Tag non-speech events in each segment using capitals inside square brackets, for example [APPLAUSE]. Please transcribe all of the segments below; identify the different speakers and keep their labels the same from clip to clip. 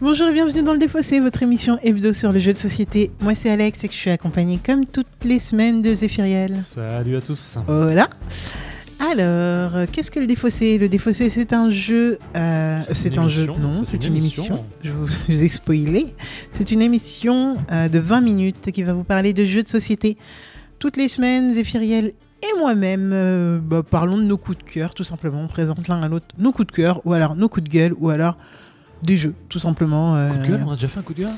Speaker 1: Bonjour et bienvenue dans le Défossé, votre émission hebdo sur le jeu de société. Moi c'est Alex et que je suis accompagnée comme toutes les semaines de Zéphiriel.
Speaker 2: Salut à
Speaker 1: Euh,
Speaker 2: tous.
Speaker 1: Voilà. Alors, euh, qu'est-ce que le Défossé Le Défossé c'est un jeu... euh, c'est
Speaker 2: une
Speaker 1: un jeu...
Speaker 2: émission,
Speaker 1: Non, c'est une émission. Je vous, [LAUGHS] je vous ai spoilé. C'est une émission euh, de 20 minutes qui va vous parler de jeux de société. Toutes les semaines, Zéphiriel et moi-même euh, bah, parlons de nos coups de cœur, tout simplement. On présente l'un à l'autre nos coups de cœur, ou alors nos coups de gueule, ou alors des jeux, tout simplement. euh,
Speaker 2: Coup de gueule, on a déjà fait un coup de gueule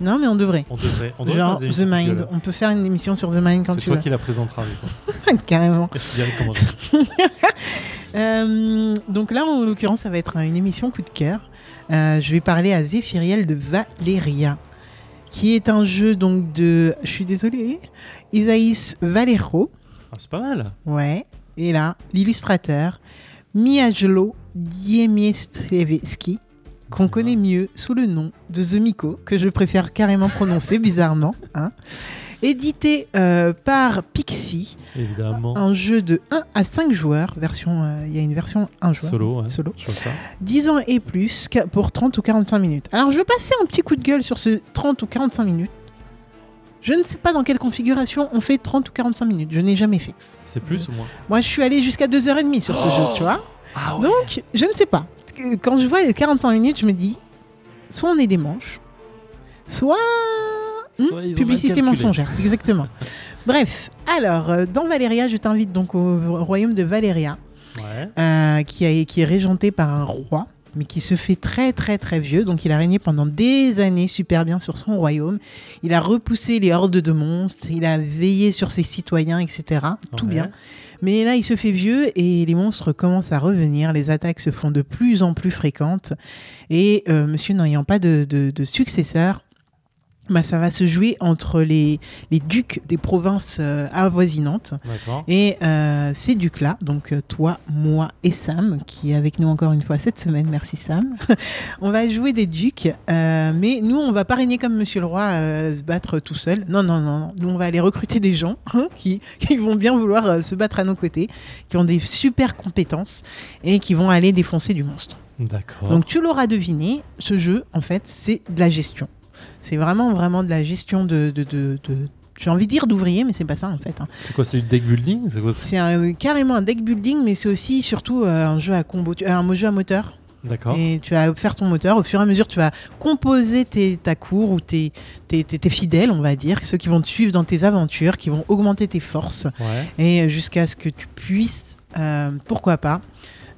Speaker 1: Non, mais on devrait.
Speaker 2: On devrait. On devrait
Speaker 1: Genre
Speaker 2: faire des
Speaker 1: The
Speaker 2: émissions coup de
Speaker 1: Mind.
Speaker 2: gueule.
Speaker 1: On peut faire une émission sur The Mind quand
Speaker 2: C'est
Speaker 1: tu
Speaker 2: toi
Speaker 1: veux.
Speaker 2: qui la présenteras,
Speaker 1: [LAUGHS]
Speaker 2: je pense.
Speaker 1: Carrément.
Speaker 2: Je te dirai comment je-
Speaker 1: Euh, donc là, en l'occurrence, ça va être une émission coup de cœur. Euh, je vais parler à Zéphiriel de Valeria, qui est un jeu donc de. Je suis désolée. Isaïs Valero.
Speaker 2: Ah, C'est pas mal.
Speaker 1: Ouais. Et là, l'illustrateur Miajlo Diemiestrevski, qu'on connaît mieux sous le nom de The Miko, que je préfère carrément prononcer [LAUGHS] bizarrement. hein. Édité euh, par Pixie,
Speaker 2: Évidemment.
Speaker 1: un jeu de 1 à 5 joueurs, version, euh, il y a une version 1 joueur.
Speaker 2: Solo, ouais.
Speaker 1: Solo.
Speaker 2: Je vois ça.
Speaker 1: 10 ans et plus ca- pour 30 ou 45 minutes. Alors je vais passer un petit coup de gueule sur ce 30 ou 45 minutes. Je ne sais pas dans quelle configuration on fait 30 ou 45 minutes, je n'ai jamais fait.
Speaker 2: C'est plus ou moins
Speaker 1: Moi, je suis allé jusqu'à 2h30 sur ce
Speaker 2: Oh
Speaker 1: jeu, tu vois.
Speaker 2: Ah
Speaker 1: Donc, je ne sais pas. Euh, Quand je vois les 45 minutes, je me dis soit on est des manches, soit.
Speaker 2: Soit
Speaker 1: Hmm,
Speaker 2: ils ont
Speaker 1: Publicité
Speaker 2: mal calculé.
Speaker 1: mensongère, exactement.
Speaker 2: [LAUGHS]
Speaker 1: Bref, alors, euh, dans Valéria, je t'invite donc au ro- royaume de Valéria,
Speaker 2: Ouais.
Speaker 1: euh, qui, a- qui est régenté par un roi, mais qui se fait très, très, très vieux. Donc, il a régné pendant des années super bien sur son royaume. Il a repoussé les hordes de monstres, il a veillé sur ses citoyens, etc. Tout
Speaker 2: Ouais.
Speaker 1: bien. Mais là, il se fait vieux et les monstres commencent à revenir. Les attaques se font de plus en plus fréquentes. Et euh, monsieur n'ayant pas de, de- de successeur, bah, ça va se jouer entre les, les ducs des provinces euh, avoisinantes.
Speaker 2: D'accord.
Speaker 1: Et euh, ces ducs-là, donc euh, toi, moi et Sam, qui est avec nous encore une fois cette semaine, merci Sam, [LAUGHS] on va jouer des ducs, euh, mais nous, on va pas régner comme Monsieur le Roi, euh, se battre tout seul. Non, non, non, non. nous, on va aller recruter des gens [LAUGHS] hein, qui, qui vont bien vouloir euh, se battre à nos côtés, qui ont des super compétences et qui vont aller défoncer du monstre.
Speaker 2: D'accord.
Speaker 1: Donc tu l'auras deviné, ce jeu, en fait, c'est de la gestion. C'est vraiment, vraiment de la gestion de... de, de- de- j'ai envie de dire d'ouvrier, mais c'est pas ça en fait. hein.
Speaker 2: C'est quoi C'est du deck building C'est quoi c'est-
Speaker 1: C'est un- euh, carrément un deck building, mais c'est aussi surtout euh, un jeu à combo, tu- euh, un jeu à moteur.
Speaker 2: D'accord.
Speaker 1: Et tu vas faire ton moteur. Au fur et à mesure, tu vas composer tes, ta cour ou tes, tes, tes- tes fidèles, on va dire, ceux qui vont te suivre dans tes aventures, qui vont augmenter tes forces,
Speaker 2: Ouais.
Speaker 1: et euh, jusqu'à ce que tu puisses, euh, pourquoi pas,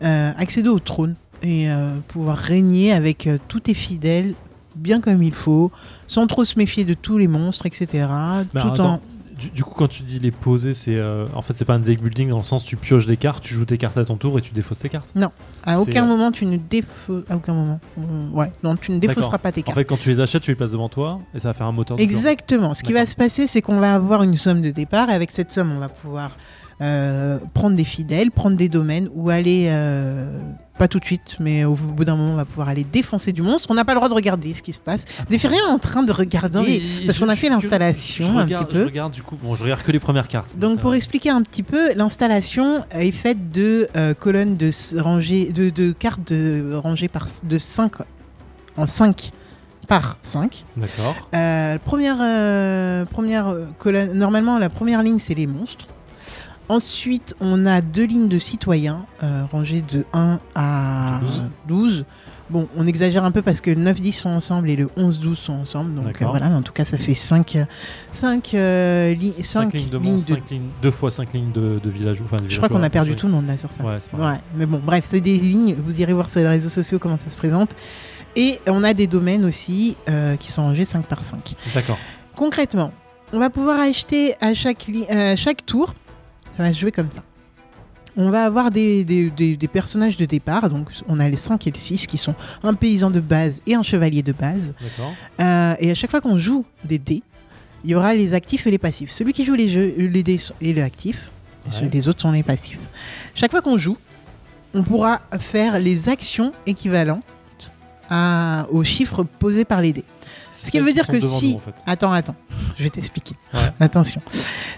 Speaker 1: euh, accéder au trône et euh, pouvoir régner avec euh, tous tes fidèles bien comme il faut, sans trop se méfier de tous les monstres, etc.
Speaker 2: Mais
Speaker 1: tout
Speaker 2: alors,
Speaker 1: en...
Speaker 2: attends, Du, du coup, quand tu dis les poser, c'est euh, en fait c'est pas un deck building dans le sens tu pioches des cartes, tu joues tes cartes à ton tour et tu défausses tes cartes.
Speaker 1: À aucun
Speaker 2: C'est-
Speaker 1: moment tu ne défausses. À aucun moment. Mm, Ouais. Non, tu ne défausseras pas tes
Speaker 2: En
Speaker 1: cartes.
Speaker 2: fait, quand tu les achètes, tu les places devant toi et ça va faire un moteur. de jeu.
Speaker 1: Exactement. Ce qui va
Speaker 2: D'accord.
Speaker 1: se passer, c'est qu'on va avoir une somme de départ et avec cette somme, on va pouvoir euh, prendre des fidèles, prendre des domaines ou aller. euh, pas tout de suite, mais au bout d'un moment, on va pouvoir aller défoncer du monstre. On n'a pas le droit de regarder ce qui se passe.
Speaker 2: Ah,
Speaker 1: Zéphirien est en train de regarder.
Speaker 2: Non, mais
Speaker 1: parce
Speaker 2: je-
Speaker 1: qu'on a
Speaker 2: je-
Speaker 1: fait
Speaker 2: je-
Speaker 1: l'installation
Speaker 2: je
Speaker 1: un
Speaker 2: regarde-
Speaker 1: petit peu.
Speaker 2: Je regarde du coup, bon, je regarde que les premières cartes.
Speaker 1: Donc pour
Speaker 2: Euh,
Speaker 1: expliquer un petit peu, l'installation est faite de euh, colonnes de s- rangées de, de cartes de rangées par s- de 5 en 5 par 5.
Speaker 2: D'accord.
Speaker 1: Euh, première, euh, première euh, colonne, normalement la première ligne c'est les monstres. Ensuite on a deux lignes de citoyens euh, rangées de 1 à 12.
Speaker 2: Douze.
Speaker 1: Bon, on exagère un peu parce que le 9-10 sont ensemble et le 11-12 sont ensemble. Donc euh,
Speaker 2: D'accord.
Speaker 1: voilà, mais en tout cas ça fait euh, 5, 5,
Speaker 2: Cinq lignes de monstres, cinq lignes- deux fois 5 lignes de, de villageois. enfin, de
Speaker 1: Je crois qu'on a
Speaker 2: villageois,
Speaker 1: perdu
Speaker 2: oui.
Speaker 1: tout le monde là sur ça.
Speaker 2: Ouais, c'est pas grave.
Speaker 1: Ouais, mais bon, bref, c'est des lignes. Vous irez voir sur les réseaux sociaux comment ça se présente. Et on a des domaines aussi euh, qui sont rangés 5 par 5.
Speaker 2: D'accord.
Speaker 1: Concrètement, on va pouvoir acheter à chaque, li- à chaque tour. Ça va se jouer comme ça. On va avoir des, des- des- des personnages de départ. Donc, on a les 5 et le 6 qui sont un paysan de base et un chevalier de base.
Speaker 2: D'accord.
Speaker 1: Euh, et à chaque fois qu'on joue des dés, il y aura les actifs et les passifs. Celui qui joue les, jeux, euh, les dés sont- est le actif, et ceux-
Speaker 2: Ouais.
Speaker 1: les autres sont les passifs. Chaque fois qu'on joue, on pourra faire les actions équivalentes à- aux chiffres posés par les dés. Ce qui
Speaker 2: Celles
Speaker 1: veut dire
Speaker 2: sont
Speaker 1: que
Speaker 2: devant
Speaker 1: si-
Speaker 2: nous, en fait.
Speaker 1: Attends, attends, je vais t'expliquer.
Speaker 2: Ouais.
Speaker 1: Attention.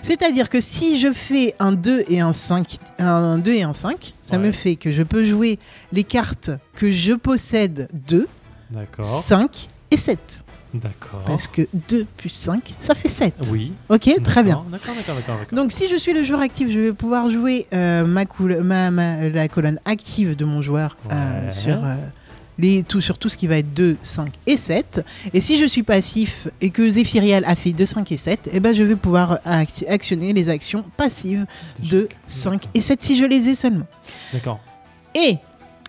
Speaker 1: C'est-à-dire que si je fais un 2 et un 5, un 2 et un 5, ça
Speaker 2: Ouais.
Speaker 1: me fait que je peux jouer les cartes que je possède 2
Speaker 2: D'accord.
Speaker 1: 5 et 7.
Speaker 2: D'accord.
Speaker 1: Parce que 2 plus 5, ça fait 7.
Speaker 2: Oui.
Speaker 1: Ok, très bien.
Speaker 2: D'accord, D'accord, d'accord, d'accord. d'accord.
Speaker 1: Donc si je suis le joueur actif, je vais pouvoir jouer euh, ma coul- ma- ma- la colonne active de mon joueur euh,
Speaker 2: Ouais.
Speaker 1: sur, euh, les, tout, sur tout ce qui va être 2, 5 et 7. Et si je suis passif et que Zephyrial a fait 2, 5 et 7, eh ben, je vais pouvoir act- actionner les actions passives de 5 et 7 si je les ai seulement.
Speaker 2: D'accord.
Speaker 1: Et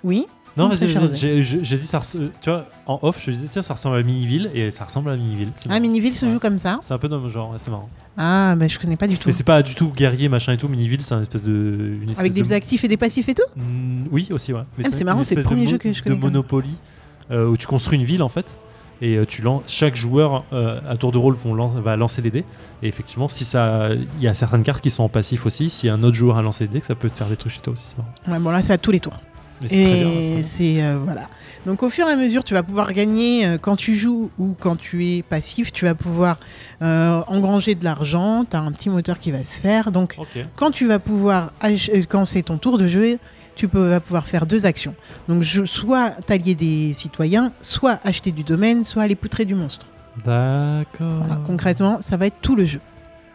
Speaker 1: oui,
Speaker 2: Non,
Speaker 1: Très
Speaker 2: vas-y,
Speaker 1: cher
Speaker 2: vas-y. J'ai j'ai- j'ai dit, ça res- euh, tu vois, en off, je te disais, tiens, ça ressemble à Miniville, et ça ressemble à Miniville. C'est
Speaker 1: un
Speaker 2: bon.
Speaker 1: Ah, Miniville se
Speaker 2: Ouais.
Speaker 1: joue comme ça.
Speaker 2: C'est un peu dans le même genre, ouais, c'est marrant.
Speaker 1: Ah, ben, je connais pas du tout.
Speaker 2: Mais c'est pas du tout guerrier, machin et tout. Miniville, c'est un espèce de. Une espèce
Speaker 1: Avec
Speaker 2: de...
Speaker 1: des actifs et des passifs et tout
Speaker 2: Mm, oui, aussi, ouais. Mais
Speaker 1: Ah, c'est marrant,
Speaker 2: une
Speaker 1: c'est le
Speaker 2: espèce de
Speaker 1: premier
Speaker 2: mo-
Speaker 1: jeu que je connais
Speaker 2: De
Speaker 1: comme ça.
Speaker 2: Monopoly, euh, où tu construis une ville en fait, et euh, tu lances. Chaque joueur euh, à tour de rôle vont lan- va lancer les dés. Et effectivement, si ça, il y a certaines cartes qui sont en passif aussi. Si un autre joueur a lancé les dés, que ça peut te faire des trucs chez toi aussi, c'est marrant.
Speaker 1: Ouais, Bon, là, c'est à tous les tours.
Speaker 2: Mais c'est très bien, ouais, c'est
Speaker 1: Et
Speaker 2: très bien.
Speaker 1: c'est euh, voilà. Donc au fur et à mesure, tu vas pouvoir gagner euh, quand tu joues ou quand tu es passif, tu vas pouvoir euh, engranger de l'argent, tu as un petit moteur qui va se faire. Donc
Speaker 2: Ok.
Speaker 1: quand tu vas pouvoir ach- euh, quand c'est ton tour de jouer, tu peux, vas pouvoir faire deux actions. Donc je, soit t'allier des citoyens, soit acheter du domaine, soit aller poutrer du monstre.
Speaker 2: D'accord.
Speaker 1: Voilà, concrètement, ça va être tout le jeu.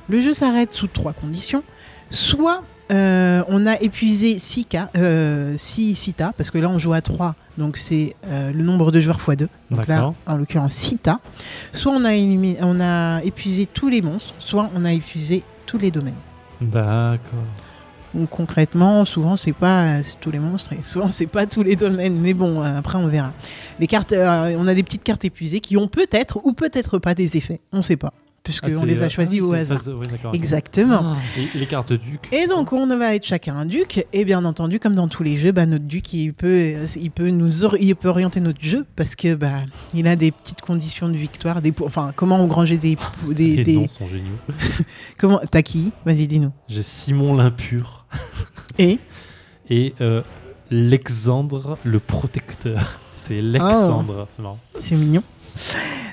Speaker 1: Le jeu s'arrête sous trois conditions. Soit euh, on a épuisé 6 cas, euh, six citas, parce que là on joue à 3, donc c'est euh, le nombre de joueurs x2. Donc là,
Speaker 2: D'accord.
Speaker 1: en l'occurrence, 6 tas. Soit on a, élimi- on a épuisé tous les monstres, soit on a épuisé tous les domaines.
Speaker 2: D'accord.
Speaker 1: Donc concrètement, souvent c'est pas euh, c'est tous les monstres, et souvent c'est pas tous les domaines, mais bon, euh, après on verra. Les cartes, euh, on a des petites cartes épuisées qui ont peut-être ou peut-être pas des effets, on sait pas, puisque
Speaker 2: Ah,
Speaker 1: on
Speaker 2: c'est,
Speaker 1: les
Speaker 2: euh,
Speaker 1: a choisis
Speaker 2: ah,
Speaker 1: au
Speaker 2: c'est une
Speaker 1: hasard.
Speaker 2: phase de- oui, d'accord.
Speaker 1: Exactement.
Speaker 2: Ah, et- et les cartes de duc.
Speaker 1: Et donc, on va être chacun un duc. Et bien entendu, comme dans tous les jeux, bah, notre duc, il peut, euh, il peut nous or- il peut orienter notre jeu parce que bah, il a des petites conditions de victoire. Des, po- enfin, comment engranger des, po- des,
Speaker 2: Les
Speaker 1: des-
Speaker 2: noms sont géniaux.
Speaker 1: comment T'as qui Vas-y, dis-nous.
Speaker 2: J'ai Simon l'impur
Speaker 1: Et
Speaker 2: et euh, Lexandre le protecteur. [LAUGHS] C'est Lexandre,
Speaker 1: Ah.
Speaker 2: c'est marrant.
Speaker 1: c'est mignon.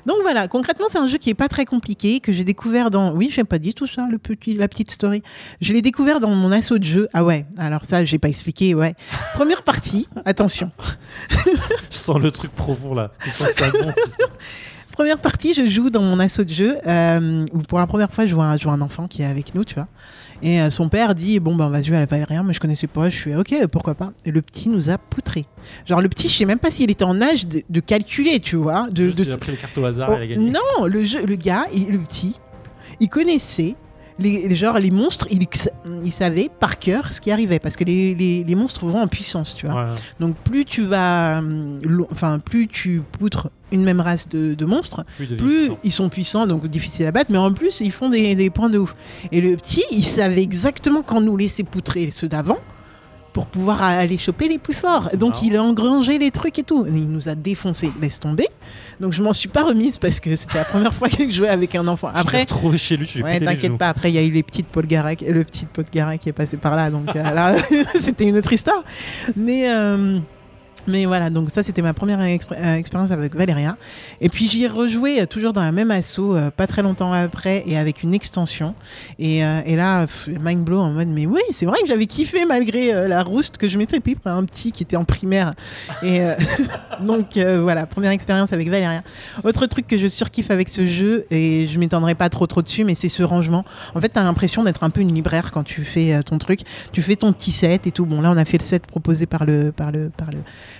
Speaker 1: Donc voilà, concrètement, c'est un jeu qui est pas très compliqué que j'ai découvert dans. Oui, j'ai pas dit tout ça, le petit, la petite story. Je l'ai découvert dans mon assaut de jeu. Ah ouais. Alors ça, j'ai pas expliqué. Ouais. Première partie. [LAUGHS] Attention.
Speaker 2: Je sens le truc profond là. Je sens que ça
Speaker 1: [LAUGHS]
Speaker 2: monte, tu sais.
Speaker 1: Première partie, je joue dans mon assaut de jeu, euh, où pour la première fois, je vois, un, je vois un enfant qui est avec nous, tu vois. Et euh, son père dit Bon, ben, on va jouer à la Valérien, mais je connaissais pas, je suis ok, pourquoi pas. Et le petit nous a poutré. Genre, le petit, je sais même pas s'il était en âge de, de calculer, tu vois. De,
Speaker 2: Juste,
Speaker 1: de-
Speaker 2: il a pris les cartes au hasard et il a
Speaker 1: Oh,
Speaker 2: gagné.
Speaker 1: non, le, jeu, le gars, il- le petit, il connaissait. Les, les- genre les monstres, il, il savait par cœur ce qui arrivait parce que les, les- les monstres vont en puissance, tu vois.
Speaker 2: Ouais.
Speaker 1: Donc plus tu vas, hum, lo- enfin plus tu poutres une même race de- de monstres,
Speaker 2: Plus, de
Speaker 1: plus
Speaker 2: victoire.
Speaker 1: ils sont puissants, donc difficiles à battre, mais en plus ils font des, des points de ouf. Et le petit, il savait exactement quand nous laisser poutrer ceux d'avant pour pouvoir a- aller choper les plus forts.
Speaker 2: C'est
Speaker 1: Donc
Speaker 2: marrant.
Speaker 1: il a engrangé les trucs et tout. Il nous a défoncé, laisse tomber. Donc je m'en suis pas remise parce que c'était la première [LAUGHS] fois que je jouais avec un enfant.
Speaker 2: Je l'ai
Speaker 1: Après,
Speaker 2: retrouvé chez lui, je lui ai
Speaker 1: ouais,
Speaker 2: pété les
Speaker 1: t'inquiète
Speaker 2: genoux.
Speaker 1: pas, après il y a eu les petites Paul Gara, le petit Paul Gara qui est passé par là, donc euh, là [LAUGHS] c'était une autre histoire. Mais euh, mais voilà, donc ça c'était ma première expr- euh, expérience avec Valéria. Et puis j'y ai rejoué euh, toujours dans la même asso, euh, pas très longtemps après, et avec une extension. Et, euh, et là, pff, mind blow en mode, mais oui, c'est vrai que j'avais kiffé malgré euh, la rouste que je m'étais pris pour un petit qui était en primaire. Et euh, donc euh, voilà, première expérience avec Valéria. Autre truc que je surkiffe avec ce jeu, et je m'étendrai pas trop trop dessus, mais c'est ce rangement. En fait, t'as l'impression d'être un peu une libraire quand tu fais euh, ton truc. Tu fais ton petit set et tout. Bon, là, on a fait le set proposé par le par le par le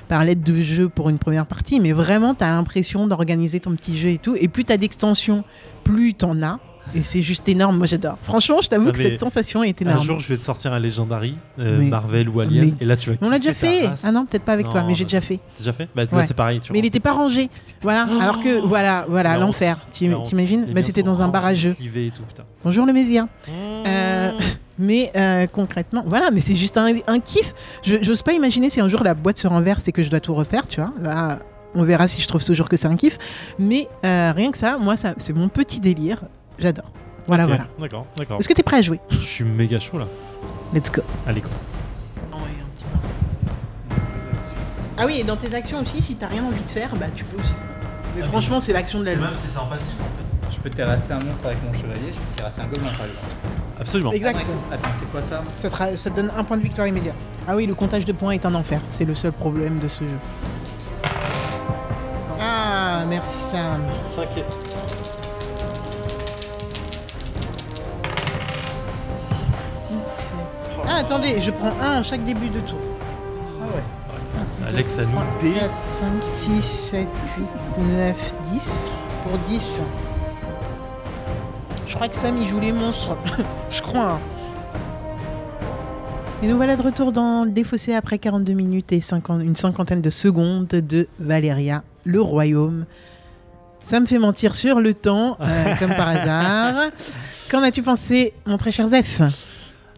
Speaker 1: par l'aide de jeu pour une première partie, mais vraiment, t'as l'impression d'organiser ton petit jeu et tout. Et plus t'as d'extensions, plus t'en as. Et c'est juste énorme. Moi, j'adore. Franchement, je t'avoue
Speaker 2: Ah,
Speaker 1: que
Speaker 2: mais
Speaker 1: cette sensation est
Speaker 2: Un
Speaker 1: énorme.
Speaker 2: jour, je vais te sortir un Legendary, euh,
Speaker 1: Mais-
Speaker 2: Marvel ou Alien,
Speaker 1: mais-
Speaker 2: et là tu vas
Speaker 1: on l'a déjà
Speaker 2: kiffer ta
Speaker 1: fait.
Speaker 2: race.
Speaker 1: Ah non, peut-être pas avec toi,
Speaker 2: Non,
Speaker 1: mais j'ai
Speaker 2: non.
Speaker 1: déjà fait.
Speaker 2: T'as déjà fait Bah,
Speaker 1: Ouais.
Speaker 2: là, c'est pareil. Tu
Speaker 1: Mais il
Speaker 2: rentres-
Speaker 1: était pas rangé. Voilà.
Speaker 2: Oh
Speaker 1: Alors que, voilà, voilà,
Speaker 2: La
Speaker 1: l'enfer.
Speaker 2: honte,
Speaker 1: Tu
Speaker 2: la honte.
Speaker 1: t'imagines
Speaker 2: Les
Speaker 1: bah,
Speaker 2: miens
Speaker 1: C'était
Speaker 2: sont
Speaker 1: dans un
Speaker 2: rangés,
Speaker 1: barrageux.
Speaker 2: slivés et tout, putain.
Speaker 1: Bonjour le Mésir. Euh,
Speaker 2: Mmh.
Speaker 1: Mais euh, concrètement, voilà, mais c'est juste un, un kiff. Je J'ose pas imaginer si un jour la boîte se renverse et que je dois tout refaire, tu vois. Là, on verra si je trouve toujours que c'est un kiff. Mais euh, rien que ça, moi, ça, c'est mon petit délire. J'adore. Voilà,
Speaker 2: Ok,
Speaker 1: voilà.
Speaker 2: D'accord, d'accord.
Speaker 1: Est-ce que Oh t'es prêt à jouer
Speaker 2: Je suis méga chaud là.
Speaker 1: Let's go.
Speaker 2: Allez, quoi.
Speaker 1: Ah oui, et dans tes actions aussi, si t'as rien envie de faire, bah tu peux aussi. Mais
Speaker 2: Ah,
Speaker 1: franchement, c'est l'action de la lance.
Speaker 2: si c'est en passif.
Speaker 3: Je peux terrasser un monstre avec mon chevalier, je peux terrasser un gobelin par exemple.
Speaker 2: Absolument.
Speaker 1: Exact.
Speaker 3: Attends, c'est quoi ça
Speaker 1: Ça te, ra- ça te donne un point de victoire immédiat. Ah oui, le comptage de points est un enfer. C'est le seul problème de ce jeu. Ah, merci Sam.
Speaker 2: 5
Speaker 1: 6. Ah, attendez, je prends un à chaque début de tour.
Speaker 3: Ah ouais.
Speaker 2: Alex, à nous.
Speaker 1: 4, 5, 6, 7, 8, 9, 10. Pour 10. Je crois que Sam, il joue les monstres. [LAUGHS] Je crois. hein. Et nous voilà de retour dans le défaussé après 42 minutes et 50 une cinquantaine de secondes de Valeria, le royaume. Ça me fait mentir sur le temps, euh,
Speaker 2: [LAUGHS]
Speaker 1: comme par hasard. Qu'en as-tu pensé, mon très cher Zef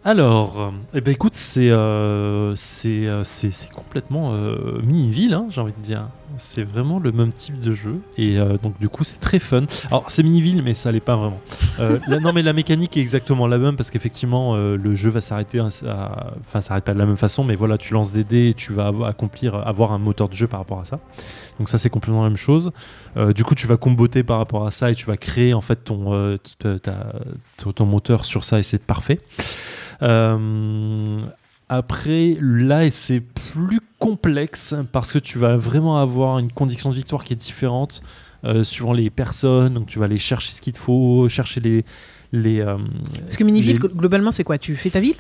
Speaker 2: Alors, euh, eh ben écoute, c'est euh, c'est euh, c'est c'est complètement euh, mini-ville, hein, j'ai envie de dire. C'est vraiment le même type de jeu. Et euh, donc, du coup, c'est très fun. Alors, c'est mini-ville, mais ça l'est pas vraiment. Euh, la- non, mais la mécanique est exactement la même parce qu'effectivement, euh, le jeu va s'arrêter. à- à- Enfin, ça s'arrête pas de la même façon, mais voilà, tu lances des dés et tu vas avoir- accomplir, avoir un moteur de jeu par rapport à ça. Donc, ça, c'est complètement la même chose. Euh, du coup, tu vas comboter par rapport à ça et tu vas créer en fait ton, euh, t- ta- ta- ton- ton moteur sur ça et c'est parfait. Euh, après, là, et c'est plus complexe parce que tu vas vraiment avoir une condition de victoire qui est différente euh, suivant les personnes. Donc, tu vas aller chercher ce qu'il te faut, chercher les. les euh,
Speaker 1: Parce que Miniville,
Speaker 2: les-
Speaker 1: gl- globalement, c'est quoi Tu fais ta ville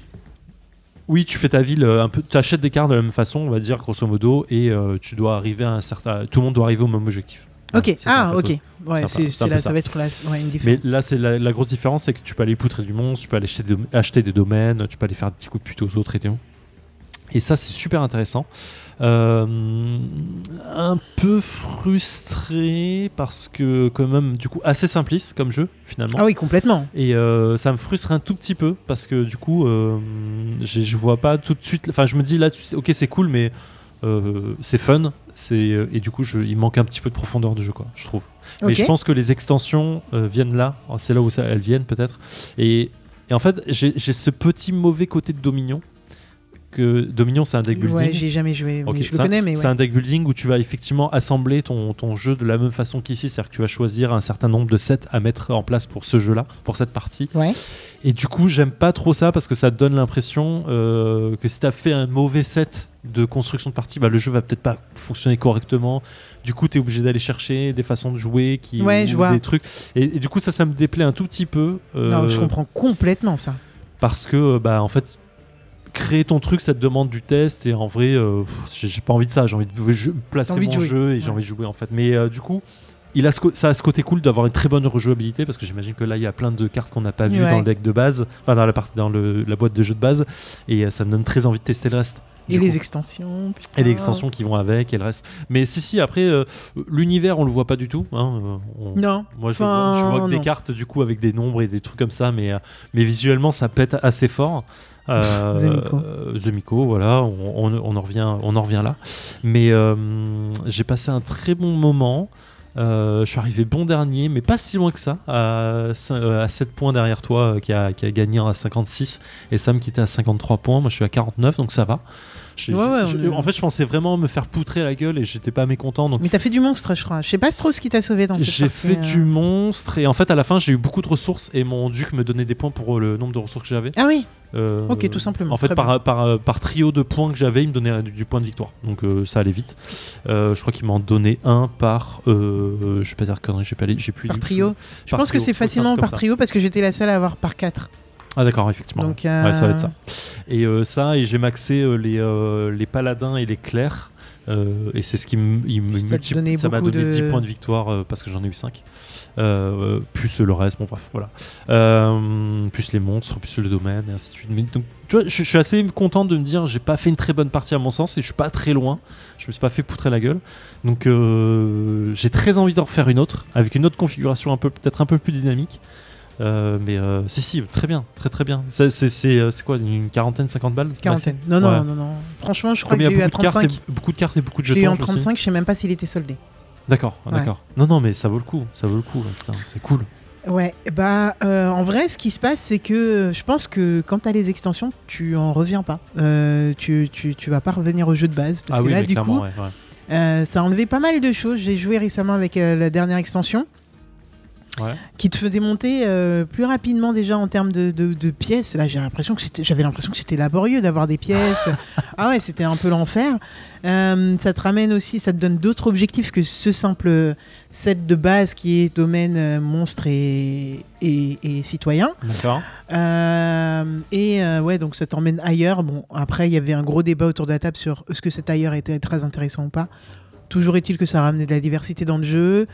Speaker 2: Oui, tu fais ta ville euh, un peu. Tu achètes des cartes de la même façon, on va dire, grosso modo, et euh, tu dois arriver à un certain. Tout le monde doit arriver au même objectif.
Speaker 1: Ok,
Speaker 2: Voilà, c'est ça,
Speaker 1: ah,
Speaker 2: en fait,
Speaker 1: ok. Ouais,
Speaker 2: C'est un
Speaker 1: c'est,
Speaker 2: peu-
Speaker 1: c'est
Speaker 2: c'est un
Speaker 1: là,
Speaker 2: peu
Speaker 1: ça
Speaker 2: ça.
Speaker 1: va être la- ouais, une
Speaker 2: Mais
Speaker 1: différence.
Speaker 2: là, c'est la, la grosse différence, c'est que tu peux aller poutrer du monstre, tu peux aller acheter, des dom- acheter des domaines, tu peux aller faire des petits coups de pute aux autres et tout. Et ça, c'est super intéressant. Euh, un peu frustré parce que quand même, du coup, assez simpliste comme jeu finalement.
Speaker 1: Ah oui, complètement.
Speaker 2: Et euh, ça me frustre un tout petit peu parce que du coup, euh, j'ai- je vois pas tout de suite. Enfin, je me dis là, tu- ok, c'est cool, mais euh, c'est fun. c'est- Et du coup, je- il manque un petit peu de profondeur de jeu, quoi, je trouve. Mais
Speaker 1: Ok.
Speaker 2: je pense que les extensions euh, viennent là. C'est là où ça- elles viennent, peut-être. Et, et en fait, j'ai j'ai ce petit mauvais côté de Dominion. Que Dominion, c'est un deck building.
Speaker 1: Ouais, j'ai jamais joué. mais
Speaker 2: Ok,
Speaker 1: je le
Speaker 2: c'est un-
Speaker 1: connais, mais
Speaker 2: C'est
Speaker 1: ouais.
Speaker 2: un deck building où tu vas effectivement assembler ton, ton jeu de la même façon qu'ici, c'est-à-dire que tu vas choisir un certain nombre de sets à mettre en place pour ce jeu-là, pour cette partie.
Speaker 1: Ouais.
Speaker 2: Et du coup, j'aime pas trop ça parce que ça te donne l'impression euh, que si t'as fait un mauvais set de construction de partie, bah, le jeu va peut-être pas fonctionner correctement. Du coup, t'es obligé d'aller chercher des façons de jouer qui
Speaker 1: Ouais,
Speaker 2: ou
Speaker 1: je vois.
Speaker 2: des trucs. Et, et du coup, ça, ça me déplaît un tout petit peu. euh,
Speaker 1: Non, je comprends complètement ça.
Speaker 2: parce que euh, bah en fait créer ton truc ça te demande du test et en vrai euh, pff, j'ai j'ai pas envie de ça j'ai envie de je- placer
Speaker 1: T'as envie de
Speaker 2: mon
Speaker 1: jouer.
Speaker 2: jeu et j'ai
Speaker 1: Ouais.
Speaker 2: envie de jouer en fait mais euh, du coup il a ce co- ça a ce côté cool d'avoir une très bonne rejouabilité parce que j'imagine que là il y a plein de cartes qu'on n'a pas vues
Speaker 1: Ouais.
Speaker 2: dans le deck de base enfin dans la partie dans le- la boîte de jeu de base et euh, ça me donne très envie de tester le reste
Speaker 1: Et
Speaker 2: du
Speaker 1: les
Speaker 2: coup.
Speaker 1: extensions.
Speaker 2: Et les
Speaker 1: putain.
Speaker 2: extensions qui vont avec et le reste mais si si après euh, l'univers on le voit pas du tout hein, euh, on-
Speaker 1: Non.
Speaker 2: moi, je,
Speaker 1: Enfin,
Speaker 2: vois, je vois que
Speaker 1: non.
Speaker 2: des cartes du coup avec des nombres et des trucs comme ça, mais, euh, mais visuellement ça pète assez fort. Euh,
Speaker 1: [LAUGHS] The Miko.
Speaker 2: euh, The Miko, voilà, on, on- on en revient, on en revient là. Mais euh, j'ai passé un très bon moment. Euh, je suis arrivé bon dernier, mais pas si loin que ça, à, cin- euh, à 7 points derrière toi, euh, qui, a, qui a gagné à 56, et Sam qui était à 53 points. Moi, je suis à 49, donc ça va. Je-
Speaker 1: Ouais, ouais,
Speaker 2: je-
Speaker 1: on est-
Speaker 2: En fait, je pensais vraiment me faire poutrer la gueule et j'étais pas mécontent, donc
Speaker 1: Mais t'as fait du monstre, je crois. Je sais pas trop ce qui t'a sauvé dans cette
Speaker 2: j'ai
Speaker 1: partie,
Speaker 2: fait
Speaker 1: euh.
Speaker 2: du monstre et en fait à la fin j'ai eu beaucoup de ressources et mon duc me donnait des points pour euh, le nombre de ressources que j'avais.
Speaker 1: Ah oui,
Speaker 2: Euh,
Speaker 1: ok, tout simplement.
Speaker 2: En fait
Speaker 1: Très
Speaker 2: par,
Speaker 1: bien.
Speaker 2: par, euh, par, trio de points que j'avais il me donnait un- du, du point de victoire donc euh, ça allait vite. Euh, je crois qu'il m'en donnait un par euh, je vais pas dire connerie j'ai pas les- j'ai plus
Speaker 1: par
Speaker 2: du-
Speaker 1: trio. Je
Speaker 2: par
Speaker 1: pense que
Speaker 2: trio,
Speaker 1: c'est
Speaker 2: ou simple
Speaker 1: facilement
Speaker 2: comme
Speaker 1: par
Speaker 2: ça.
Speaker 1: trio parce que j'étais la seule à avoir par 4.
Speaker 2: Ah d'accord effectivement.
Speaker 1: Donc,
Speaker 2: Ouais, ça va
Speaker 1: euh,
Speaker 2: être ça. Et euh, ça, et j'ai maxé euh, les, euh, les paladins et les clercs. euh, et c'est ce qui m- il me
Speaker 1: Ça te
Speaker 2: multiplie-
Speaker 1: donnait
Speaker 2: Ça m'a
Speaker 1: beaucoup
Speaker 2: donné
Speaker 1: de-
Speaker 2: 10 points de victoire euh, parce que j'en ai eu 5. plus le reste, bon bref, voilà. Euh, plus les monstres, plus le domaine, et ainsi de suite. Mais donc, tu vois, je, je suis assez content de me dire, j'ai pas fait une très bonne partie à mon sens, et je suis pas très loin. Je me suis pas fait poutrer la gueule. Donc, euh, j'ai très envie d'en refaire une autre, avec une autre configuration un peu, peut-être un peu plus dynamique. Euh, mais euh, si, si, très bien, très très bien. Ça, C'est c'est, euh, c'est quoi, une quarantaine, 50 balles Bah,
Speaker 1: Quarantaine. Non, non,
Speaker 2: Ouais.
Speaker 1: non, non. Franchement, je crois
Speaker 2: Comme il y a
Speaker 1: que j'ai eu à
Speaker 2: beaucoup de, cartes
Speaker 1: 35.
Speaker 2: et, beaucoup de cartes et beaucoup de
Speaker 1: J'ai
Speaker 2: jetons.
Speaker 1: eu en
Speaker 2: je me suis dit.
Speaker 1: 35, je sais même pas s'il était soldé.
Speaker 2: D'accord,
Speaker 1: Ouais.
Speaker 2: d'accord. Non, non, mais ça vaut le coup, ça vaut le coup. ouais, putain, c'est cool.
Speaker 1: Ouais, bah euh, en vrai, ce qui se passe, c'est que je pense que quand t'as les extensions, tu en reviens pas. Euh, tu, tu, tu vas pas revenir au jeu de base. Parce
Speaker 2: ah
Speaker 1: que
Speaker 2: oui,
Speaker 1: là,
Speaker 2: mais
Speaker 1: du
Speaker 2: clairement,
Speaker 1: coup,
Speaker 2: ouais, ouais.
Speaker 1: euh, ça a enlevé pas mal de choses. J'ai joué récemment avec euh, la dernière extension.
Speaker 2: Ouais.
Speaker 1: qui te faisait monter euh, plus rapidement déjà en termes de, de- de pièces. Là, j'ai l'impression que c'était, j'avais l'impression que c'était laborieux d'avoir des pièces. ah ouais, c'était un peu l'enfer. Euh, ça te ramène aussi, ça te donne d'autres objectifs que ce simple set de base qui est domaine euh, monstre et, et, et citoyen.
Speaker 2: D'accord.
Speaker 1: Euh, et euh, ouais, donc ça t'emmène ailleurs. Bon, après, il y avait un gros débat autour de la table sur est-ce que cet ailleurs était très intéressant ou pas. Toujours est-il que ça ramenait de la diversité dans le jeu,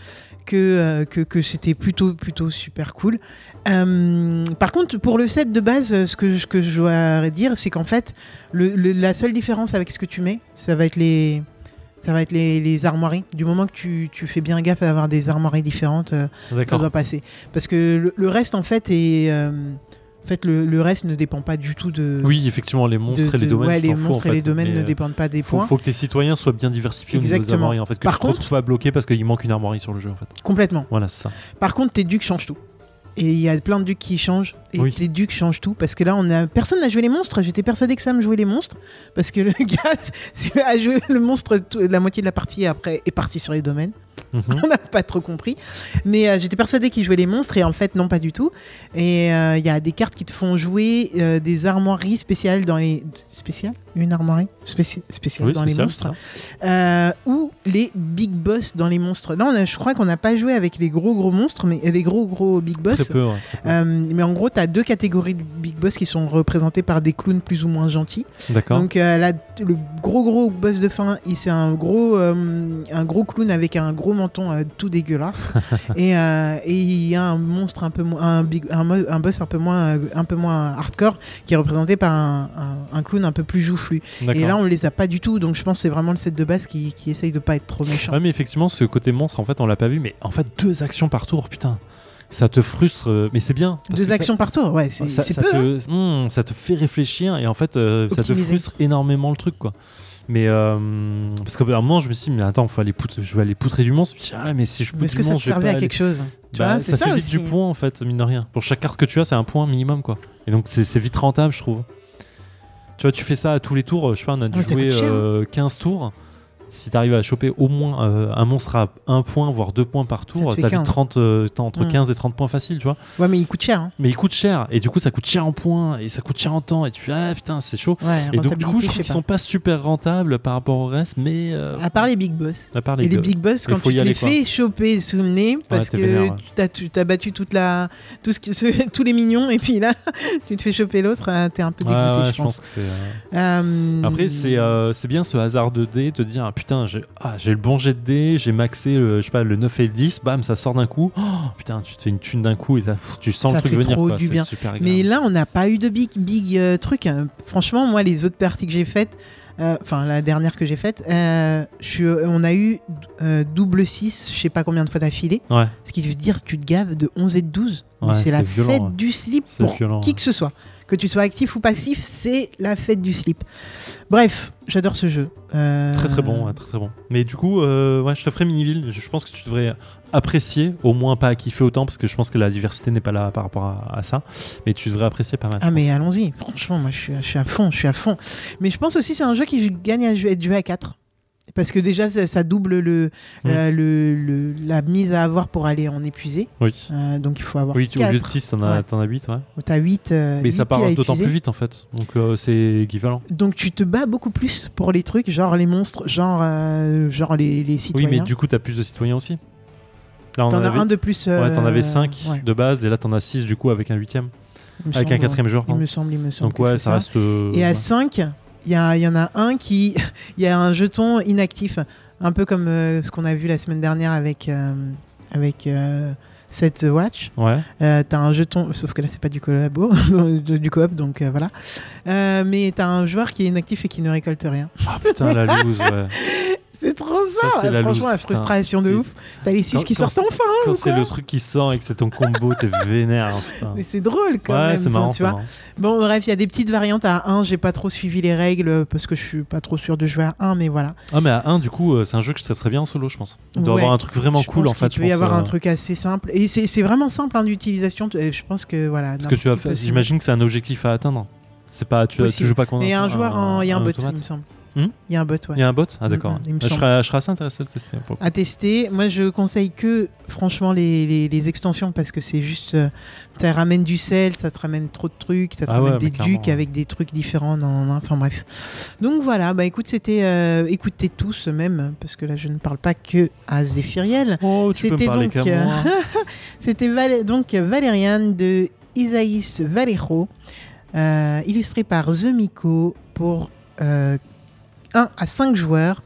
Speaker 1: que, euh, que, que c'était plutôt, plutôt super cool. Euh, par contre, pour le set de base, euh, ce que, je- que je dois dire, c'est qu'en fait, le- le- la seule différence avec ce que tu mets, ça va être les, ça va être les, les armoiries. Du moment que tu, tu fais bien gaffe à avoir des armoiries différentes, euh, ça
Speaker 2: D'accord.
Speaker 1: doit passer. Parce que le, le reste, en fait, est. euh, en fait, le, le reste ne dépend pas du tout de.
Speaker 2: Oui, effectivement, les
Speaker 1: de-
Speaker 2: monstres et les
Speaker 1: de-
Speaker 2: domaines.
Speaker 1: ouais,
Speaker 2: tu
Speaker 1: les
Speaker 2: t'en fous, en
Speaker 1: monstres et
Speaker 2: fait,
Speaker 1: les domaines
Speaker 2: mais,
Speaker 1: ne
Speaker 2: euh,
Speaker 1: dépendent pas des
Speaker 2: Faut,
Speaker 1: points.
Speaker 2: faut que tes citoyens soient bien diversifiés au niveau des
Speaker 1: Exactement.
Speaker 2: armoiries, en fait. Que
Speaker 1: Par
Speaker 2: tu te retrouves
Speaker 1: contre-
Speaker 2: pas bloqué parce qu'il manque une armoirie sur le jeu, en fait.
Speaker 1: Complètement.
Speaker 2: Voilà, c'est ça.
Speaker 1: Par contre, tes ducs changent tout. Et il y a plein de ducs qui changent. Et
Speaker 2: Oui.
Speaker 1: tes ducs changent tout. Parce que là, on a... personne n'a joué les monstres. J'étais persuadé que Sam jouait les monstres. Parce que le [LAUGHS] gars c'est- a joué le monstre tout- la moitié de la partie et après est parti sur les domaines.
Speaker 2: Mhm.
Speaker 1: [LAUGHS] on n'a pas trop compris. Mais euh, j'étais persuadée qu'il jouait les monstres et en fait, non, pas du tout. Et euh, il y a des cartes qui te font jouer euh, des armoiries spéciales dans les. Spéciales Une armoirie Spéci- spéciale
Speaker 2: Oui,
Speaker 1: dans les
Speaker 2: spécial,
Speaker 1: monstres.
Speaker 2: ça.
Speaker 1: Euh, ou les big boss dans les monstres. Là, on a- je crois qu'on n'a pas joué avec les gros gros monstres, mais les gros gros big
Speaker 2: Très
Speaker 1: boss.
Speaker 2: peu, ouais, très peu.
Speaker 1: Euh, mais en gros, tu as deux catégories de big boss qui sont représentées par des clowns plus ou moins gentils.
Speaker 2: D'accord.
Speaker 1: Donc euh, là, t- le gros gros boss de fin, il- c'est un gros euh, un gros clown avec un gros menton euh, tout dégueulasse
Speaker 2: [LAUGHS]
Speaker 1: et, euh, et il y a un monstre un peu moins un, big- un, mo- un boss un peu moins euh, un peu moins hardcore qui est représenté par un, un- un clown un peu plus joufflu. Et là,
Speaker 2: D'accord.
Speaker 1: on les a pas du tout, donc je pense que c'est vraiment le set de base qui, qui essaye de pas être trop méchant.
Speaker 2: Ouais, mais effectivement, ce côté monstre, en fait, on l'a pas vu, mais en fait, deux actions par tour, putain. Ça te frustre, euh, mais c'est bien. parce que
Speaker 1: Deux
Speaker 2: ça-
Speaker 1: actions par tour, ouais, c'est
Speaker 2: ça,
Speaker 1: c'est
Speaker 2: ça
Speaker 1: peu. hein.
Speaker 2: te, hmm, ça te fait réfléchir et en fait euh, ça te
Speaker 1: Optimiser.
Speaker 2: frustre énormément le truc quoi mais euh, parce qu'à un moment je me suis dit mais attends faut aller poutre- je vais aller poutrer du monstre Je me suis dit, ah mais si je poutre
Speaker 1: Est-ce
Speaker 2: du
Speaker 1: que ça te
Speaker 2: monstre je vais
Speaker 1: servait à
Speaker 2: pas aller-
Speaker 1: quelque chose Tu
Speaker 2: Bah,
Speaker 1: vois, c'est
Speaker 2: ça, fait vite
Speaker 1: aussi.
Speaker 2: du point en fait mine de rien pour chaque carte que tu as c'est un point minimum quoi et donc c'est c'est vite rentable je trouve tu vois tu fais ça à tous les tours euh, je sais pas on a dû
Speaker 1: Ouais, ça
Speaker 2: jouer
Speaker 1: coûte cher, hein.
Speaker 2: euh, 15 tours si t'arrives à choper au moins euh, un monstre à un point voire deux points par
Speaker 1: te
Speaker 2: tour
Speaker 1: fait
Speaker 2: t'as vite
Speaker 1: 15.
Speaker 2: 30 euh, t'as entre
Speaker 1: Mm.
Speaker 2: 15 et 30 points faciles tu vois
Speaker 1: Ouais, mais il coûte cher. hein.
Speaker 2: mais il coûte cher et du coup ça coûte cher en points et ça coûte cher en temps et tu fais ah putain c'est chaud
Speaker 1: Ouais,
Speaker 2: et donc
Speaker 1: rentabilité,
Speaker 2: du coup je
Speaker 1: sais
Speaker 2: trouve qu'ils
Speaker 1: pas.
Speaker 2: sont pas super rentables par rapport au reste mais euh,
Speaker 1: À part les big boss.
Speaker 2: à part les,
Speaker 1: Et les
Speaker 2: deux.
Speaker 1: big boss,
Speaker 2: Il
Speaker 1: quand
Speaker 2: faut
Speaker 1: tu
Speaker 2: y
Speaker 1: te
Speaker 2: aller,
Speaker 1: les
Speaker 2: quoi.
Speaker 1: fais choper sous le nez, parce
Speaker 2: t'es
Speaker 1: que
Speaker 2: vénère, ouais.
Speaker 1: tu t'as- tu t'as battu toute la, tout ce qui, ce- [LAUGHS] tous les mignons, et puis là, [LAUGHS] tu te fais choper l'autre, euh, t'es un peu
Speaker 2: Ah Ouais,
Speaker 1: dégoûté,
Speaker 2: ouais,
Speaker 1: je pense.
Speaker 2: que c'est euh,
Speaker 1: Euh,
Speaker 2: après c'est euh, c'est bien ce hasard de dés de dire ah, putain j'ai ah, j'ai le bon jet de dés j'ai maxé le, je sais pas le 9 et le 10 bam ça sort d'un coup Oh, putain tu te fais une thune d'un coup et ça, pff, tu sens
Speaker 1: Ça
Speaker 2: le truc
Speaker 1: fait
Speaker 2: venir
Speaker 1: trop
Speaker 2: quoi
Speaker 1: du
Speaker 2: c'est
Speaker 1: bien.
Speaker 2: super agréable.
Speaker 1: Mais là, on n'a pas eu de big, big euh, truc. hein. Franchement, moi, les autres parties que j'ai faites, euh, enfin, la dernière que j'ai faite, euh, je suis- on a eu euh, double 6, je sais pas combien de fois d'affilée.
Speaker 2: Ouais.
Speaker 1: Ce qui veut dire tu te gaves de 11 et de 12. Mais
Speaker 2: Ouais,
Speaker 1: c'est la
Speaker 2: c'est violent,
Speaker 1: fête
Speaker 2: ouais.
Speaker 1: du slip
Speaker 2: C'est
Speaker 1: pour
Speaker 2: violent, ouais.
Speaker 1: qui que ce soit. Que tu sois actif ou passif, c'est la fête du slip. Bref, j'adore ce jeu. Euh,
Speaker 2: Très très bon, ouais, très très bon. Mais du coup, euh, ouais, je te ferai Miniville. Je je pense que tu devrais apprécier, au moins pas kiffer autant, parce que je pense que la diversité n'est pas là par rapport à, à ça. Mais tu devrais apprécier pas mal.
Speaker 1: Ah
Speaker 2: je
Speaker 1: mais allons-y, franchement moi je suis, je suis à fond, je suis à fond. Mais je pense aussi c'est un jeu qui gagne à jouer- être joué à 4. Parce que déjà ça, ça double le,
Speaker 2: Mm.
Speaker 1: euh, le- le- la mise à avoir pour aller en épuiser.
Speaker 2: pense. Oui.
Speaker 1: Euh, donc il faut avoir
Speaker 2: Oui, tu- au lieu de
Speaker 1: 4.
Speaker 2: 6, t'en as,
Speaker 1: Ouais. Euh,
Speaker 2: t'en as 8, ouais.
Speaker 1: T'as euh, 8.
Speaker 2: Mais ça part d'autant plus vite en fait. Donc euh, c'est équivalent.
Speaker 1: Donc tu te bats beaucoup plus pour les trucs, genre les monstres, genre, euh, genre les, les citoyens.
Speaker 2: Oui, mais du coup, t'as plus de citoyens aussi. Là, on
Speaker 1: T'en
Speaker 2: en
Speaker 1: as
Speaker 2: avait-
Speaker 1: un de plus. euh,
Speaker 2: Ouais, t'en avais 5
Speaker 1: ouais,
Speaker 2: de base, et là, t'en as 6 du coup avec un 8
Speaker 1: il me
Speaker 2: avec un
Speaker 1: semble,
Speaker 2: 4 joueur.
Speaker 1: Il
Speaker 2: hein.
Speaker 1: me semble, il me semble.
Speaker 2: Donc
Speaker 1: que
Speaker 2: ouais,
Speaker 1: c'est
Speaker 2: ça reste. euh,
Speaker 1: Et à
Speaker 2: ouais.
Speaker 1: 5, il y, a- il y en a un qui. [LAUGHS] Il y a un jeton inactif, un peu comme euh, ce qu'on a vu la semaine dernière avec. euh, avec euh, cette watch,
Speaker 2: Ouais.
Speaker 1: [LAUGHS] Euh, t'as un jeton, sauf que là c'est pas du collabo, [LAUGHS] du du coop, donc euh, voilà. Euh, mais t'as un joueur qui est inactif et qui ne récolte rien. [LAUGHS]
Speaker 2: Ah putain, la loose, ouais.
Speaker 1: C'est trop
Speaker 2: Ça,
Speaker 1: ça,
Speaker 2: c'est la
Speaker 1: Franchement,
Speaker 2: loose,
Speaker 1: la
Speaker 2: putain.
Speaker 1: frustration de
Speaker 2: C'est-
Speaker 1: ouf. T'as les 6
Speaker 2: Quand-
Speaker 1: qui
Speaker 2: quand
Speaker 1: sortent enfin,
Speaker 2: Quand
Speaker 1: ou
Speaker 2: c'est
Speaker 1: quoi [LAUGHS]
Speaker 2: le truc qui sort et que c'est ton combo, t'es vénère. hein, putain.
Speaker 1: mais c'est drôle quand
Speaker 2: ouais,
Speaker 1: même.
Speaker 2: c'est
Speaker 1: enfin,
Speaker 2: marrant,
Speaker 1: tu
Speaker 2: c'est
Speaker 1: vois.
Speaker 2: marrant.
Speaker 1: Bon, bref, il y a des petites variantes à 1. J'ai pas trop suivi les règles euh, parce que je suis pas trop sûr de jouer à 1, mais voilà.
Speaker 2: Ah, mais à 1, du coup, euh, c'est un jeu que je serais très bien en solo, je pense. Il doit
Speaker 1: Ouais.
Speaker 2: avoir un truc vraiment
Speaker 1: Je
Speaker 2: cool
Speaker 1: pense
Speaker 2: en fait.
Speaker 1: qu'il
Speaker 2: je
Speaker 1: peut y
Speaker 2: pense,
Speaker 1: avoir
Speaker 2: euh,
Speaker 1: un truc assez simple. Et c'est c'est vraiment simple hein, d'utilisation. Tu- euh, Je pense que voilà.
Speaker 2: Parce que tu vas faire- j'imagine que c'est un objectif à atteindre. C'est pas, tu, tu
Speaker 1: Possible.
Speaker 2: joues pas contre.
Speaker 1: Et un joueur, en- il y a un, bot, il
Speaker 2: automate.
Speaker 1: me semble. Il
Speaker 2: Hmm
Speaker 1: y a un bot, ouais.
Speaker 2: Il y a un bot Ah,
Speaker 1: Mm,
Speaker 2: d'accord.
Speaker 1: mm, il me
Speaker 2: Ah, je,
Speaker 1: semble.
Speaker 2: serais, je serais assez intéressé de tester. pour-
Speaker 1: à tester. Moi, je conseille que, franchement, les, les- les extensions parce que c'est juste. euh, ça ramène du sel, ça te ramène trop de trucs, ça te
Speaker 2: Ah
Speaker 1: ramène
Speaker 2: ouais,
Speaker 1: des
Speaker 2: mais clairement,
Speaker 1: ducs
Speaker 2: ouais.
Speaker 1: avec des trucs différents. nan, nan, nan. Enfin, bref. Donc voilà, bah écoute, c'était. euh, écoutez tous, même, parce que là, je ne parle pas que à Zéphiriel.
Speaker 2: Oh, tu peux me
Speaker 1: C'était
Speaker 2: parler
Speaker 1: donc, euh, [LAUGHS]
Speaker 2: qu'à moi.
Speaker 1: C'était Val- donc Valériane de Isaïs Valero, euh, illustré par The Miko pour 1 à 5 joueurs,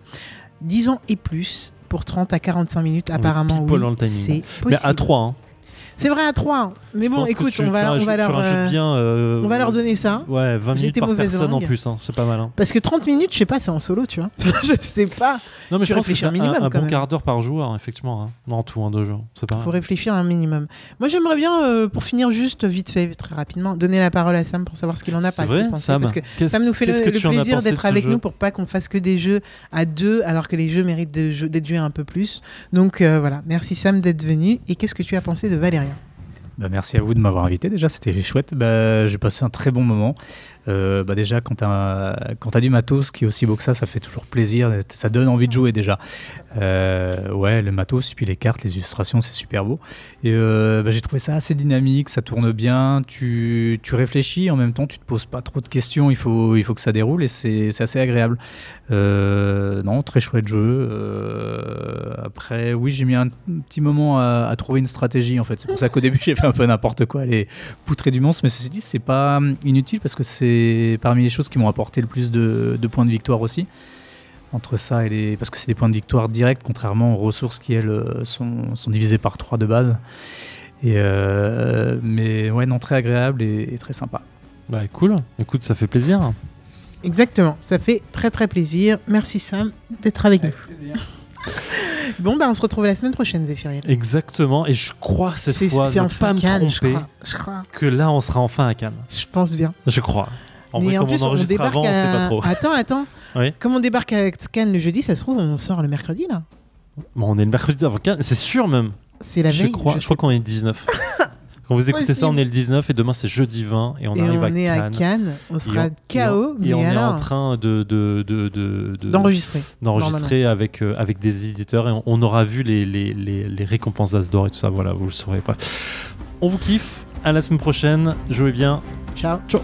Speaker 1: 10 ans et plus, pour 30 à 45 minutes. Apparemment,
Speaker 2: pile poil
Speaker 1: oui,
Speaker 2: dans le timing.
Speaker 1: c'est
Speaker 2: Mais
Speaker 1: possible.
Speaker 2: à 3. Hein.
Speaker 1: C'est vrai, à 3. hein. Mais
Speaker 2: Je
Speaker 1: bon,
Speaker 2: pense que
Speaker 1: écoute,
Speaker 2: tu-
Speaker 1: on,
Speaker 2: tu
Speaker 1: va, on,
Speaker 2: rajoutes-
Speaker 1: va
Speaker 2: tu
Speaker 1: leur,
Speaker 2: rajoutes
Speaker 1: euh,
Speaker 2: bien, euh,
Speaker 1: on va leur donner ça.
Speaker 2: Ouais, 20
Speaker 1: J'ai
Speaker 2: minutes
Speaker 1: été
Speaker 2: par
Speaker 1: mauvaise
Speaker 2: personne en
Speaker 1: langue.
Speaker 2: plus, hein. c'est pas mal. hein.
Speaker 1: Parce que 30 minutes, je sais pas, c'est en solo, tu vois. [LAUGHS] je sais pas.
Speaker 2: Non, mais
Speaker 1: Tu
Speaker 2: je pense que
Speaker 1: réfléchis
Speaker 2: c'est
Speaker 1: un
Speaker 2: un,
Speaker 1: minimum,
Speaker 2: un
Speaker 1: quand
Speaker 2: bon
Speaker 1: même.
Speaker 2: quart d'heure par jour, hein, effectivement. Hein. Non, en tout, en deux jours. C'est pas
Speaker 1: Faut
Speaker 2: mal.
Speaker 1: réfléchir un minimum. Moi, j'aimerais bien, euh, pour finir juste vite fait, très rapidement, donner la parole à Sam pour savoir ce qu'il en a
Speaker 2: C'est
Speaker 1: passé.
Speaker 2: vrai,
Speaker 1: pensé,
Speaker 2: Sam.
Speaker 1: parce que
Speaker 2: Qu'est-ce-
Speaker 1: Ça me nous fait le,
Speaker 2: qu'est-ce que
Speaker 1: le
Speaker 2: tu en as
Speaker 1: plaisir
Speaker 2: pensé de
Speaker 1: d'être
Speaker 2: ce
Speaker 1: avec
Speaker 2: jeu
Speaker 1: nous pour pas qu'on fasse que des jeux à deux, alors que les jeux méritent de jou- d'être joués un peu plus. Donc euh, voilà, merci Sam d'être venu. Et qu'est-ce que tu as pensé de Valérien
Speaker 4: Bah, merci à vous de m'avoir invité déjà, c'était chouette. Bah, j'ai passé un très bon moment. Euh, bah, déjà, quand t'as quand t'as du matos qui est aussi beau que ça, ça fait toujours plaisir, ça donne envie de jouer déjà. Euh, ouais, le matos, et puis les cartes, les illustrations, c'est super beau. Et euh, bah, j'ai trouvé ça assez dynamique, ça tourne bien, tu, tu réfléchis, en même temps tu te poses pas trop de questions, il faut, il faut que ça déroule et c'est c'est assez agréable. Euh, non, très chouette jeu. Euh, après, oui, j'ai mis un petit moment à, à trouver une stratégie en fait. C'est pour ça qu'au début [LAUGHS] j'ai fait un peu n'importe quoi, les poutrer du monstre, mais ceci dit, c'est pas hum, inutile parce que c'est parmi les choses qui m'ont apporté le plus de, de points de victoire aussi. Entre ça et les. Parce que c'est des points de victoire directs, contrairement aux ressources qui, elles, euh, sont, sont divisées par 3 de base. Et euh, mais ouais, non, très agréable et, et très sympa.
Speaker 2: Bah, cool. Écoute, ça fait plaisir.
Speaker 1: Exactement, ça fait très très plaisir. Merci Sam d'être avec nous. Bon, bah on se retrouve la semaine prochaine, Zéphiriel.
Speaker 2: Exactement. Et je crois cette fois, ne pas me
Speaker 1: Cannes, je
Speaker 2: tromper,
Speaker 1: crois, je crois.
Speaker 2: que là, on sera enfin à Cannes.
Speaker 1: Je pense bien.
Speaker 2: Je crois. En
Speaker 1: Mais
Speaker 2: vrai,
Speaker 1: en
Speaker 2: comme
Speaker 1: plus,
Speaker 2: on
Speaker 1: on
Speaker 2: enregistre
Speaker 1: débarque
Speaker 2: avant, on sait
Speaker 1: à-
Speaker 2: pas trop.
Speaker 1: Attends, attends.
Speaker 2: Oui.
Speaker 1: Comme on débarque à Cannes le jeudi, ça se trouve, on sort le mercredi là.
Speaker 2: Bon, on est le mercredi avant Cannes. C'est sûr même.
Speaker 1: C'est la
Speaker 2: je
Speaker 1: veille.
Speaker 2: crois,
Speaker 1: je
Speaker 2: je crois qu'on est le 19.
Speaker 1: [LAUGHS]
Speaker 2: Quand vous écoutez ça,
Speaker 1: Possible.
Speaker 2: on est le 19 et demain c'est jeudi 20 et on
Speaker 1: et
Speaker 2: arrive
Speaker 1: on est
Speaker 2: à
Speaker 1: à
Speaker 2: Cannes.
Speaker 1: Cannes, on
Speaker 2: Et on-
Speaker 1: sera
Speaker 2: et on-
Speaker 1: KO,
Speaker 2: Et
Speaker 1: mais
Speaker 2: on est en
Speaker 1: alors
Speaker 2: train de- de- de- de- de,
Speaker 1: d'enregistrer.
Speaker 2: d'enregistrer avec, euh, avec des éditeurs et on, on aura vu les, les, les, les récompenses d'As d'or et tout ça, voilà, vous le saurez. Bref. On vous kiffe, à la semaine prochaine, jouez bien,
Speaker 1: Ciao.
Speaker 2: ciao